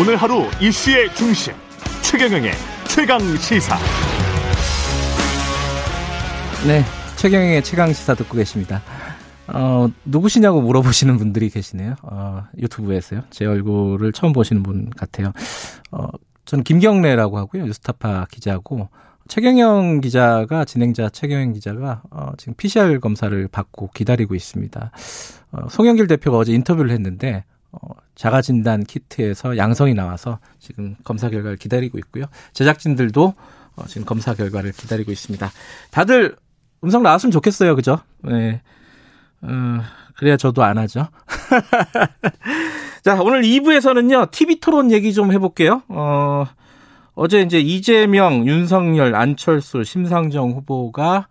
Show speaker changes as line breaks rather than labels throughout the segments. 오늘 하루 이슈의 중심 최경영의 최강 시사.
네, 최경영의 최강 시사 듣고 계십니다. 어, 누구시냐고 물어보시는 분들이 계시네요. 어, 유튜브에서요. 제 얼굴을 처음 보시는 분 같아요. 어, 전 김경래라고 하고요. 뉴스타파 기자고 최경영 기자가 진행자 최경영 기자가 어, 지금 PCR 검사를 받고 기다리고 있습니다. 어, 송영길 대표가 어제 인터뷰를 했는데 어, 자가 진단 키트에서 양성이 나와서 지금 검사 결과를 기다리고 있고요. 제작진들도 어, 지금 검사 결과를 기다리고 있습니다. 다들 음성 나왔으면 좋겠어요, 그죠? 네. 어, 그래야 저도 안 하죠. 자, 오늘 2부에서는요, TV 토론 얘기 좀 해볼게요. 어, 어제 이제 이재명, 윤석열, 안철수, 심상정 후보가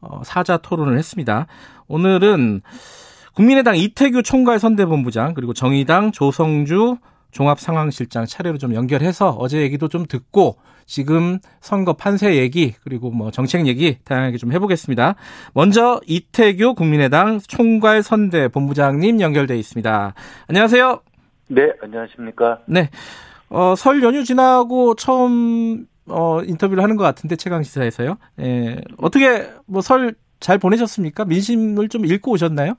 어, 사자 토론을 했습니다. 오늘은 국민의당 이태규 총괄 선대본부장, 그리고 정의당 조성주 종합상황실장 차례로 좀 연결해서 어제 얘기도 좀 듣고 지금 선거 판세 얘기 그리고 뭐 정책 얘기 다양하게 좀 해보겠습니다. 먼저 이태규 국민의당 총괄 선대 본부장님 연결돼 있습니다. 안녕하세요.
네, 안녕하십니까.
네. 어, 설 연휴 지나고 처음 어, 인터뷰를 하는 것 같은데 최강 시사에서요. 예. 어떻게 뭐 설 잘 보내셨습니까? 민심을 좀 읽고 오셨나요?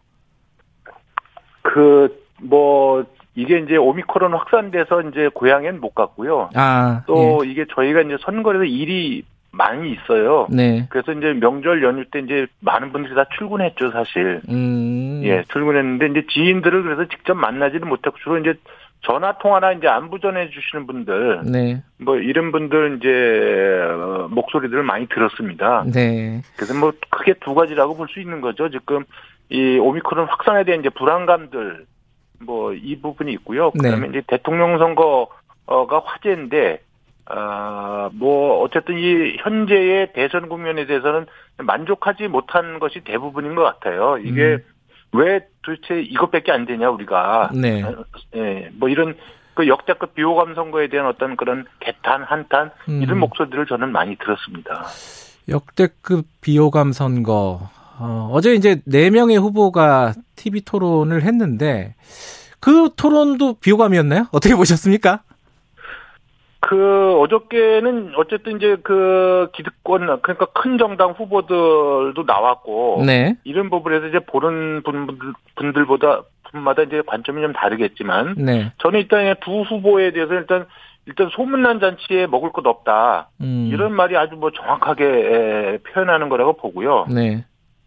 그, 뭐, 이게 이제 오미크론 확산돼서 이제 고향엔 못 갔고요.
아,
또 이게 저희가 이제 선거에서 일이 많이 있어요.
예. 네.
그래서 이제 명절 연휴 때 이제 많은 분들이 다 출근했죠, 사실.
음.
예, 출근했는데 이제 지인들을 그래서 직접 만나지를 못했고 주로 이제 전화 통화나 이제 안부 전해 주시는 분들
네.
뭐 이런 분들 이제 어, 목소리들을 많이 들었습니다.
네.
그래서 뭐 크게 두 가지라고 볼 수 있는 거죠. 지금 이 오미크론 확산에 대한 이제 불안감들 뭐 이 부분이 있고요. 그다음에
네.
이제 대통령 선거가 화제인데 아, 아뭐 어쨌든 이 현재의 대선 국면에 대해서는 만족하지 못한 것이 대부분인 것 같아요. 이게
음.
왜 도대체 이것밖에 안 되냐 우리가
네.
아, 예, 뭐 이런 그 역대급 비호감 선거에 대한 어떤 그런 개탄 한탄 이런
음.
목소리들을 저는 많이 들었습니다.
역대급 비호감 선거. 어, 어제 이제 네 명의 후보가 TV 토론을 했는데 그 토론도 비호감이었나요? 어떻게 보셨습니까?
그 어저께는 어쨌든 이제 그 기득권 그러니까 큰 정당 후보들도 나왔고
네.
이런 부분에서 이제 보는 분들, 분들보다 분마다 이제 관점이 좀 다르겠지만
네.
저는 일단 이두 후보에 대해서 일단 일단 소문난 잔치에 먹을 것 없다
음.
이런 말이 아주 뭐 정확하게 에, 표현하는 거라고 보고요.
네.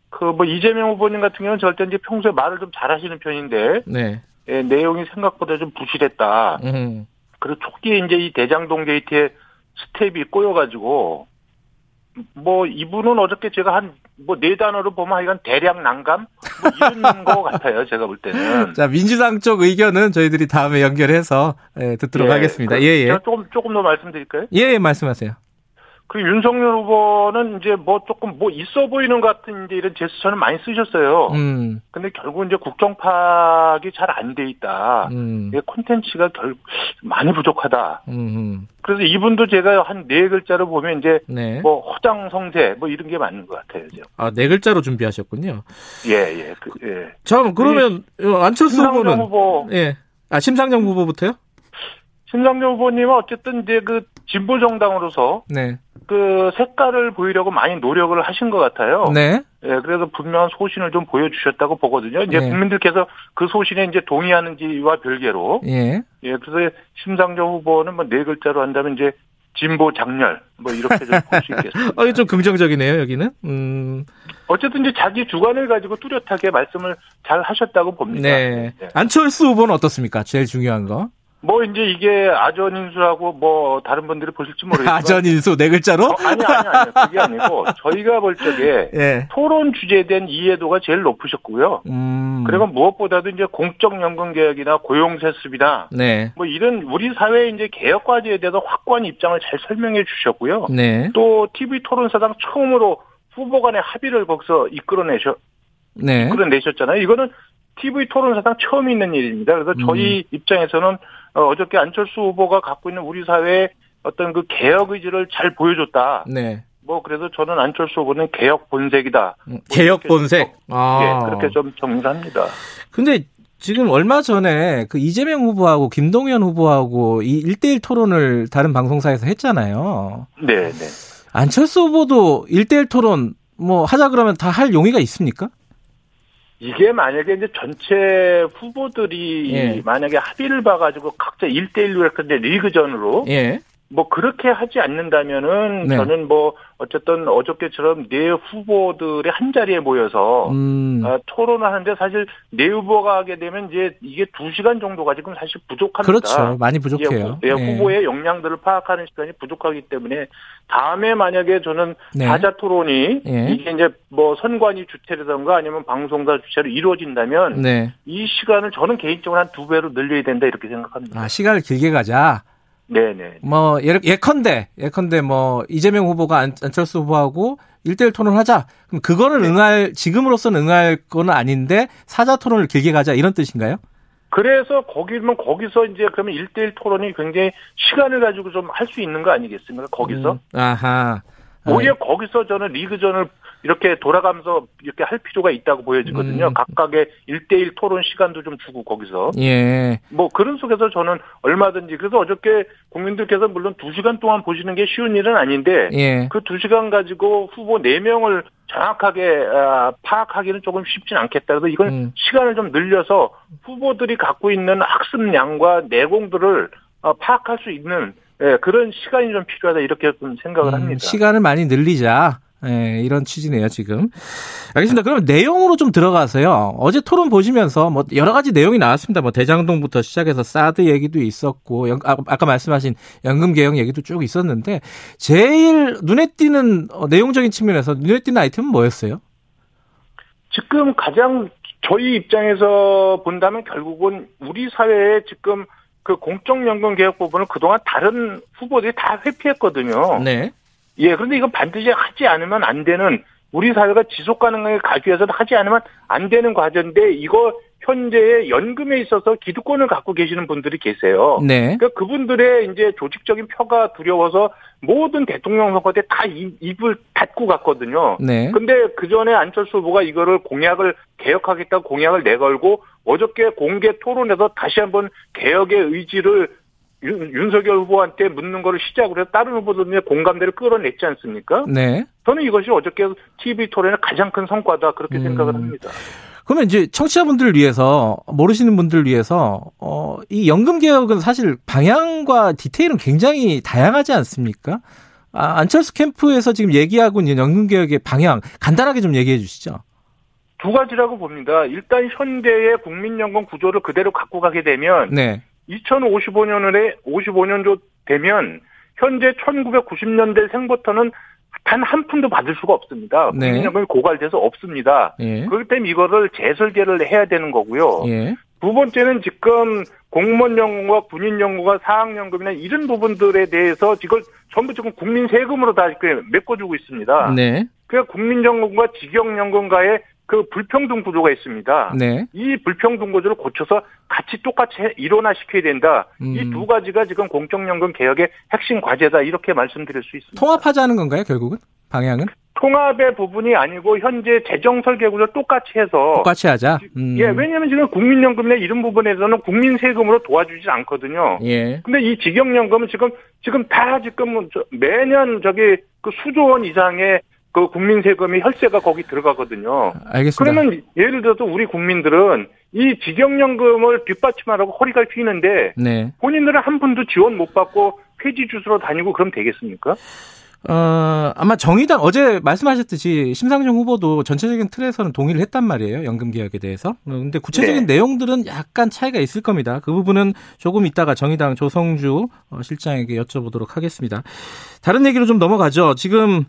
그 뭐 이재명 후보님 같은 경우는 절대 이제 평소에 말을 좀 잘하시는 편인데
네.
예, 내용이 생각보다 좀 부실했다.
음.
그리고 초기에 이제 이 대장동 게이트에 스텝이 꼬여가지고 뭐 이분은 어저께 제가 한 뭐 네 단어로 보면 하여간 대량 난감 뭐 이런 거 같아요 제가 볼 때는.
자, 민주당 쪽 의견은 저희들이 다음에 연결해서 예, 듣도록 하겠습니다.
그
예, 예.
제가 조금 조금 더 말씀드릴까요?
예, 예, 말씀하세요.
그리고 윤석열 후보는 이제 뭐 조금 뭐 있어 보이는 것 같은 이제 이런 제스처는 많이 쓰셨어요.
음.
근데 결국 이제 국정 파악이 잘 안 돼 있다.
음.
이게 콘텐츠가 결 많이 부족하다.
음.
그래서 이분도 제가 한 네 글자로 보면 이제
네.
뭐 허장성세 뭐 이런 게 맞는 것 같아요. 이제.
아, 네 글자로 준비하셨군요.
예, 예, 그, 예.
참 그러면 어, 안철수
심상정
후보는
후보,
예. 아, 심상정 후보부터요?
심상정 후보님은 어쨌든 이제 그 진보 정당으로서
네.
그 색깔을 보이려고 많이 노력을 하신 것 같아요.
네.
예, 그래서 분명한 소신을 좀 보여주셨다고 보거든요. 이제
네.
국민들께서 그 소신에 이제 동의하는지와 별개로
예.
예, 그래서 심상정 후보는 뭐 네 글자로 한다면 이제 진보 장렬 뭐 이렇게 좀 볼 수 있겠습니다.
어, 이게 좀 긍정적이네요, 여기는. 음,
어쨌든 이제 자기 주관을 가지고 뚜렷하게 말씀을 잘 하셨다고 봅니다.
네.
예.
안철수 후보는 어떻습니까? 제일 중요한 거.
뭐 이제 이게 아전인수라고 뭐 다른 분들이 보실지 모르겠지만
아전인수, 네
어,
글자로?
아니 아니 아니 그게 아니고 저희가 볼 적에
예.
토론 주제에 대한 이해도가 제일 높으셨고요.
음.
그리고 무엇보다도 이제 공적연금 개혁이나 고용세습이나
네.
뭐 이런 우리 사회 이제 개혁 과제에 대해서 확고한 입장을 잘 설명해 주셨고요.
네.
또 TV 토론사상 처음으로 후보 간의 합의를 거기서 이끌어내셔
네.
끌어내셨잖아요. 이거는 TV 토론사상 처음 있는 일입니다. 그래서
음.
저희 입장에서는 어, 어저께 안철수 후보가 갖고 있는 우리 사회의 어떤 그 개혁 의지를 잘 보여줬다.
네.
뭐 그래서 저는 안철수 후보는 개혁 본색이다.
음, 개혁 본색. 아.
예, 그렇게 좀 정리합니다.
근데 지금 얼마 전에 그 이재명 후보하고 김동연 후보하고 이 1대1 토론을 다른 방송사에서 했잖아요.
네, 네.
안철수 후보도 1대1 토론 뭐 하자 그러면 다 할 용의가 있습니까?
이게 만약에 이제 전체 후보들이
예.
만약에 합의를 봐가지고 각자 1대1로 했는데 리그전으로
예.
뭐 그렇게 하지 않는다면은
네.
저는 뭐 어쨌든 어저께처럼 네 후보들이 한 자리에 모여서
음.
아, 토론을 하는데 사실 네 후보가 하게 되면 이제 이게 두 시간 정도가 지금 사실 부족합니다.
그렇죠. 많이
예,
부족해요. 네.
후- 예, 후보의 역량들을 파악하는 시간이 부족하기 때문에 다음에 만약에 저는
네.
다자 토론이
예.
이게 이제 뭐 선관위 주체라든가 아니면 방송사 주체로 이루어진다면
네.
이 시간을 저는 개인적으로 한 두 배로 늘려야 된다 이렇게 생각합니다.
아, 시간을 길게 가자.
네네.
뭐 예- 예컨대 예컨대 뭐 이재명 후보가 안- 안철수 후보하고 일대일 토론을 하자. 그럼 그거를
네.
응할 지금으로서는 응할 거는 아닌데 사자 토론을 길게 가자 이런 뜻인가요?
그래서 거기면 거기서 이제 그러면 일대일 토론이 굉장히 시간을 가지고 좀 할 수 있는 거 아니겠습니까? 거기서?
음, 아하. 아,
오히려 거기서 저는 리그전을 이렇게 돌아가면서 이렇게 할 필요가 있다고 보여지거든요.
음.
각각의 일대일 토론 시간도 좀 주고 거기서.
예.
뭐 그런 속에서 저는 얼마든지 그래서 어저께 국민들께서 물론 두시간 동안 보시는 게 쉬운 일은 아닌데
예.
그 두시간 가지고 후보 네명을 정확하게 아, 파악하기는 조금 쉽진 않겠다. 그래서 이건
음.
시간을 좀 늘려서 후보들이 갖고 있는 학습량과 내공들을 어, 파악할 수 있는 예, 그런 시간이 좀 필요하다 이렇게 좀 생각을
음,
합니다.
시간을 많이 늘리자. 예, 이런 취지네요, 지금. 알겠습니다. 그럼 내용으로 좀 들어가서요. 어제 토론 보시면서 뭐 여러 가지 내용이 나왔습니다. 뭐 대장동부터 시작해서 사드 얘기도 있었고, 연- 아, 아까 말씀하신 연금 개혁 얘기도 쭉 있었는데, 제일 눈에 띄는 어, 내용적인 측면에서 눈에 띄는 아이템은 뭐였어요?
지금 가장 저희 입장에서 본다면 결국은 우리 사회에 지금 그 공적연금 개혁 부분을 그동안 다른 후보들이 다 회피했거든요.
네.
예, 그런데 이건 반드시 하지 않으면 안 되는 우리 사회가 지속 가능하게 가기 위해서는 하지 않으면 안 되는 과제인데 이거 현재의 연금에 있어서 기득권을 갖고 계시는 분들이 계세요.
네.
그러니까 그분들의 이제 조직적인 표가 두려워서 모든 대통령 선거 때 다 입을 닫고 갔거든요.
네.
근데 그 전에 안철수 후보가 이거를 공약을 개혁하겠다고 공약을 내걸고 어저께 공개 토론에서 다시 한번 개혁의 의지를 윤, 윤석열 후보한테 묻는 거를 시작으로 해서 다른 후보들의 공감대를 끌어냈지 않습니까?
네.
저는 이것이 어저께 TV 토론의 가장 큰 성과다 그렇게
음.
생각을 합니다.
그러면 이제 청취자분들을 위해서 모르시는 분들을 위해서 어, 이 연금 개혁은 사실 방향과 디테일은 굉장히 다양하지 않습니까? 아, 안철수 캠프에서 지금 얘기하고 있는 연금 개혁의 방향 간단하게 좀 얘기해 주시죠.
두 가지라고 봅니다. 일단 현대의 국민연금 구조를 그대로 갖고 가게 되면
네.
2055년에 55년도 되면 현재 1990년대 생부터는 단 한 푼도 받을 수가 없습니다.
네.
국민연금이 고갈돼서 없습니다.
예.
그렇기 때문에 이거를 재설계를 해야 되는 거고요.
예.
두 번째는 지금 공무원 연금과 군인 연금과 사학 연금이나 이런 부분들에 대해서 이걸 전부 지금 국민 세금으로 다 이렇게 메꿔주고 있습니다.
네.
그러니까 국민 연금과 직영 연금과의 그 불평등 구조가 있습니다.
네.
이 불평등 구조를 고쳐서 같이 똑같이 해- 일원화시켜야 된다. 이
음.
두 가지가 지금 공적연금 개혁의 핵심 과제다 이렇게 말씀드릴 수 있습니다.
통합하자는 건가요, 결국은? 방향은?
그렇죠. 통합의 부분이 아니고 현재 재정 설계 구조를 똑같이 해서
똑같이 하자. 음.
예, 왜냐면 하 지금 국민연금이나 이런 부분에서는 국민 세금으로 도와주지 않거든요.
예.
근데 이 직영연금은 지금 지금 다 지금 뭐 저- 매년 저기 그 수조 원 이상의 그 국민 세금이 혈세가 거기 들어가거든요.
알겠습니다.
그러면 예를 들어서 우리 국민들은 이 직영연금을 뒷받침하라고 허리가 휘는데
네.
본인들은 한 푼도 지원 못 받고 폐지 주스로 다니고 그럼 되겠습니까?
어, 아마 정의당 어제 말씀하셨듯이 심상정 후보도 전체적인 틀에서는 동의를 했단 말이에요. 연금 개혁에 대해서. 어, 근데 구체적인 내용들은 약간 차이가 있을 겁니다. 그 부분은 조금 이따가 정의당 조성주 어, 실장에게 여쭤보도록 하겠습니다. 다른 얘기로 좀 넘어가죠. 지금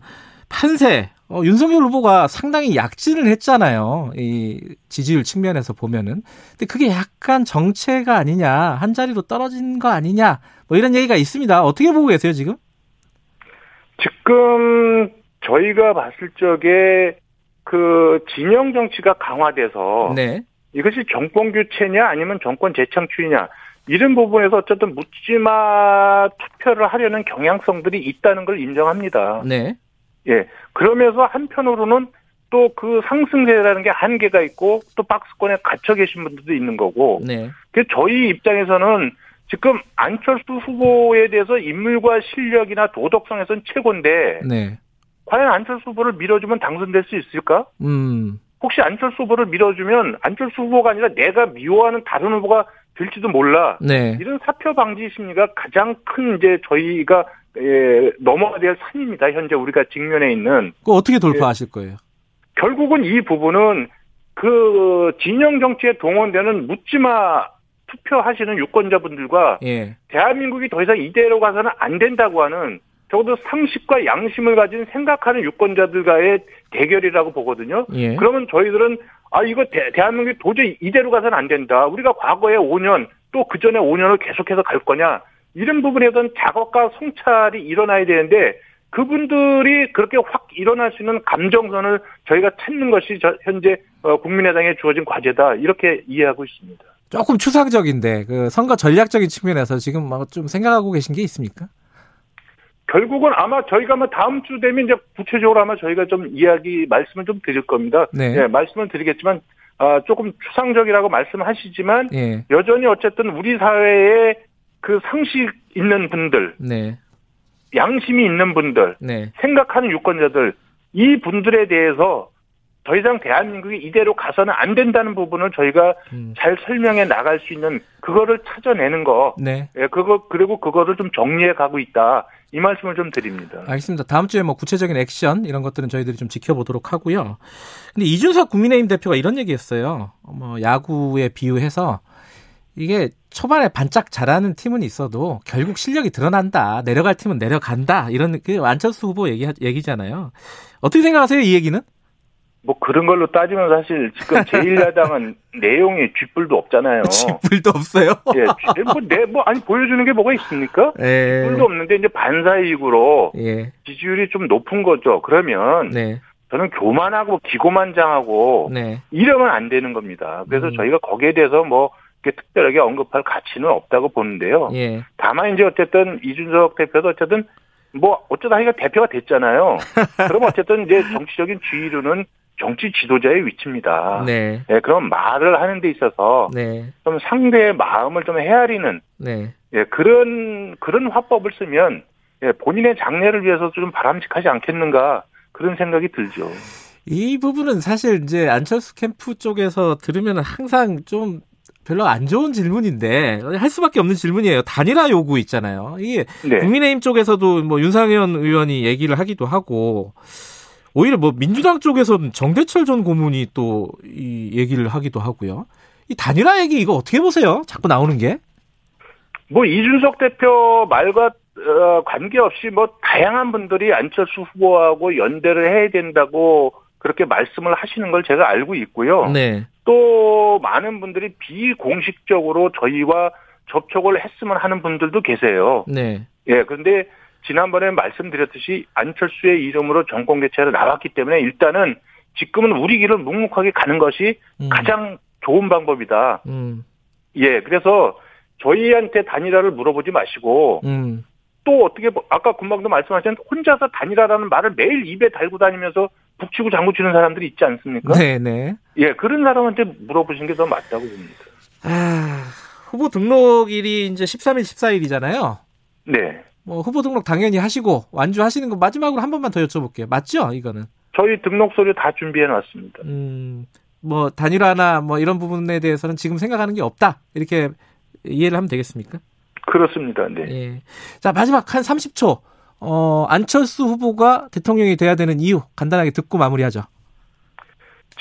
판세 어, 윤석열 후보가 상당히 약진을 했잖아요. 이 지지율 측면에서 보면은. 근데 그게 약간 정체가 아니냐, 한 자리로 떨어진 거 아니냐, 뭐 이런 얘기가 있습니다. 어떻게 보고 계세요, 지금?
지금 저희가 봤을 적에 그 진영 정치가 강화돼서
네.
이것이 정권 교체냐 아니면 정권 재창출이냐 이런 부분에서 어쨌든 묻지마 투표를 하려는 경향성들이 있다는 걸 인정합니다.
네.
예. 그러면서 한편으로는 또 그 상승세라는 게 한계가 있고 또 박스권에 갇혀 계신 분들도 있는
어.
거고
네.
그 저희 입장에서는 지금 안철수 후보에 대해서 인물과 실력이나 도덕성에선 최고인데
네.
과연 안철수 후보를 밀어주면 당선될 수 있을까?
음.
혹시 안철수 후보를 밀어주면 안철수 후보가 아니라 내가 미워하는 다른 후보가 될지도 몰라.
네.
이런 사표 방지 심리가 가장 큰 이제 저희가 예, 넘어야 될 산입니다. 현재 우리가 직면해 있는
그 어떻게 돌파하실 거예요?
결국은 이 부분은 그 진영 정치에 동원되는 묻지마 투표하시는 유권자분들과
예.
대한민국이 더 이상 이대로 가서는 안 된다고 하는 적어도 상식과 양심을 가진 생각하는 유권자들과의 대결이라고 보거든요.
예.
그러면 저희들은 아 이거 대, 한민국이 도저히 이대로 가서는 안 된다. 우리가 과거에 5년 또 그 전에 5년을 계속해서 갈 거냐 이런 부분에 대한 작업과 성찰이 일어나야 되는데 그분들이 그렇게 확 일어날 수 있는 감정선을 저희가 찾는 것이 저- 현재 어, 국민의당에 주어진 과제다 이렇게 이해하고 있습니다.
조금 추상적인데 그 선거 전략적인 측면에서 지금 막 좀 생각하고 계신 게 있습니까?
결국은 아마 저희가 아마 다음 주 되면 이제 구체적으로 아마 저희가 좀 이야기 말씀을 좀 드릴 겁니다.
네.
예, 말씀을 드리겠지만 아, 조금 추상적이라고 말씀하시지만
예.
여전히 어쨌든 우리 사회에 그 상식 있는 분들,
네.
양심이 있는 분들,
네.
생각하는 유권자들 이 분들에 대해서 더 이상 대한민국이 이대로 가서는 안 된다는 부분을 저희가
음.
잘 설명해 나갈 수 있는 그거를 찾아내는 거,
네.
예, 그거 그리고 그거를 좀 정리해 가고 있다 이 말씀을 좀 드립니다.
알겠습니다. 다음 주에 뭐 구체적인 액션 이런 것들은 저희들이 좀 지켜보도록 하고요. 근데 이준석 국민의힘 대표가 이런 얘기했어요. 뭐 야구에 비유해서 이게 초반에 반짝 잘하는 팀은 있어도 결국 실력이 드러난다. 내려갈 팀은 내려간다. 이런 그 안철수 후보 얘기 얘기잖아요. 어떻게 생각하세요? 이 얘기는?
뭐 그런 걸로 따지면 사실 지금 제1야당은 내용이 쥐뿔도 없잖아요.
쥐뿔도 없어요.
예, 쥐- 뭐, 내, 뭐, 아니, 보여주는 게 뭐가 있습니까?
예.
뿔도 없는데 이제 반사이익으로
예.
지지율이 좀 높은 거죠. 그러면
네.
저는 교만하고 기고만장하고
네.
이러면 안 되는 겁니다. 그래서
음.
저희가 거기에 대해서 뭐 이렇게 특별하게 언급할 가치는 없다고 보는데요.
예.
다만 이제 어쨌든 이준석 대표도 어쨌든 뭐 어쩌다 하기가 대표가 됐잖아요. 그럼 어쨌든 이제 정치적인 지위로는 정치 지도자의 위치입니다.
네.
예, 그럼 말을 하는 데 있어서
네.
좀 상대의 마음을 좀 헤아리는
네.
예, 그런 그런 화법을 쓰면 예, 본인의 장래를 위해서 좀 바람직하지 않겠는가 그런 생각이 들죠.
이 부분은 사실 이제 안철수 캠프 쪽에서 들으면 항상 좀 별로 안 좋은 질문인데 할 수밖에 없는 질문이에요. 단일화 요구 있잖아요. 이게
네.
국민의힘 쪽에서도 뭐 윤상현 의원이 얘기를 하기도 하고 오히려 뭐 민주당 쪽에서는 정대철 전 고문이 또 이 얘기를 하기도 하고요. 이 단일화 얘기 이거 어떻게 보세요? 자꾸 나오는 게.
뭐 이준석 대표 말과 어, 관계없이 뭐 다양한 분들이 안철수 후보하고 연대를 해야 된다고 그렇게 말씀을 하시는 걸 제가 알고 있고요.
네.
또 많은 분들이 비공식적으로 저희와 접촉을 했으면 하는 분들도 계세요.
네.
예, 그런데 지난번에 말씀드렸듯이 안철수의 이름으로 정권 개최를 나왔기 때문에 일단은 지금은 우리 길을 묵묵하게 가는 것이
음.
가장 좋은 방법이다.
음.
예, 그래서 저희한테 단일화를 물어보지 마시고
음.
또 어떻게 보- 아까 금방도 말씀하신 혼자서 단일화라는 말을 매일 입에 달고 다니면서 북치고 장구치는 사람들이 있지 않습니까?
네, 네.
예, 그런 사람한테 물어보시는 게 더 맞다고 봅니다.
아, 후보 등록일이 이제 13일, 14일이잖아요.
네.
뭐 후보 등록 당연히 하시고 완주하시는 거 마지막으로 한 번만 더 여쭤볼게요. 맞죠? 이거는.
저희 등록서류 다 준비해 놨습니다.
음. 뭐 단일화나 뭐 이런 부분에 대해서는 지금 생각하는 게 없다. 이렇게 이해를 하면 되겠습니까?
그렇습니다. 네.
예. 자, 마지막 한 30초. 어, 안철수 후보가 대통령이 돼야 되는 이유 간단하게 듣고 마무리하죠.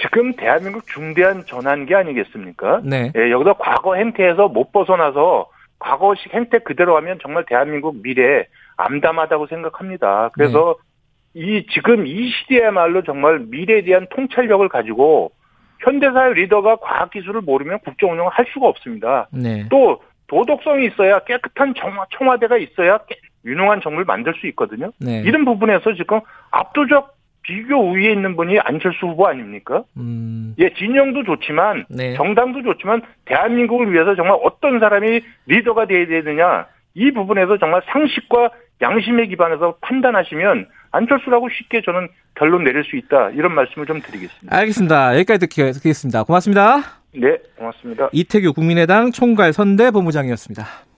지금 대한민국 중대한 전환기 아니겠습니까?
네.
예, 여기서 과거 행태에서 못 벗어나서 과거식 행태 그대로 하면 정말 대한민국 미래 암담하다고 생각합니다. 그래서 이 지금 이 시대야말로 정말 미래에 대한 통찰력을 가지고 현대사회 리더가 과학기술을 모르면 국정운영을 할 수가 없습니다.
네.
또 도덕성이 있어야 깨끗한 정- 청와대가 있어야 깨- 유능한 정부를 만들 수 있거든요.
네.
이런 부분에서 지금 압도적 비교 우위에 있는 분이 안철수 후보 아닙니까?
음.
예, 진영도 좋지만
예.
네.
정당도 좋지만 대한민국을 위해서 정말 어떤 사람이 리더가 돼야 되느냐 이 부분에서 정말 상식과 양심에 기반해서 판단하시면 안철수라고 쉽게 저는 결론 내릴 수 있다 이런 말씀을 좀 드리겠습니다.
알겠습니다. 여기까지 듣게- 듣겠습니다. 고맙습니다.
네, 고맙습니다.
이태규 국민의당 총괄 선대본부장이었습니다.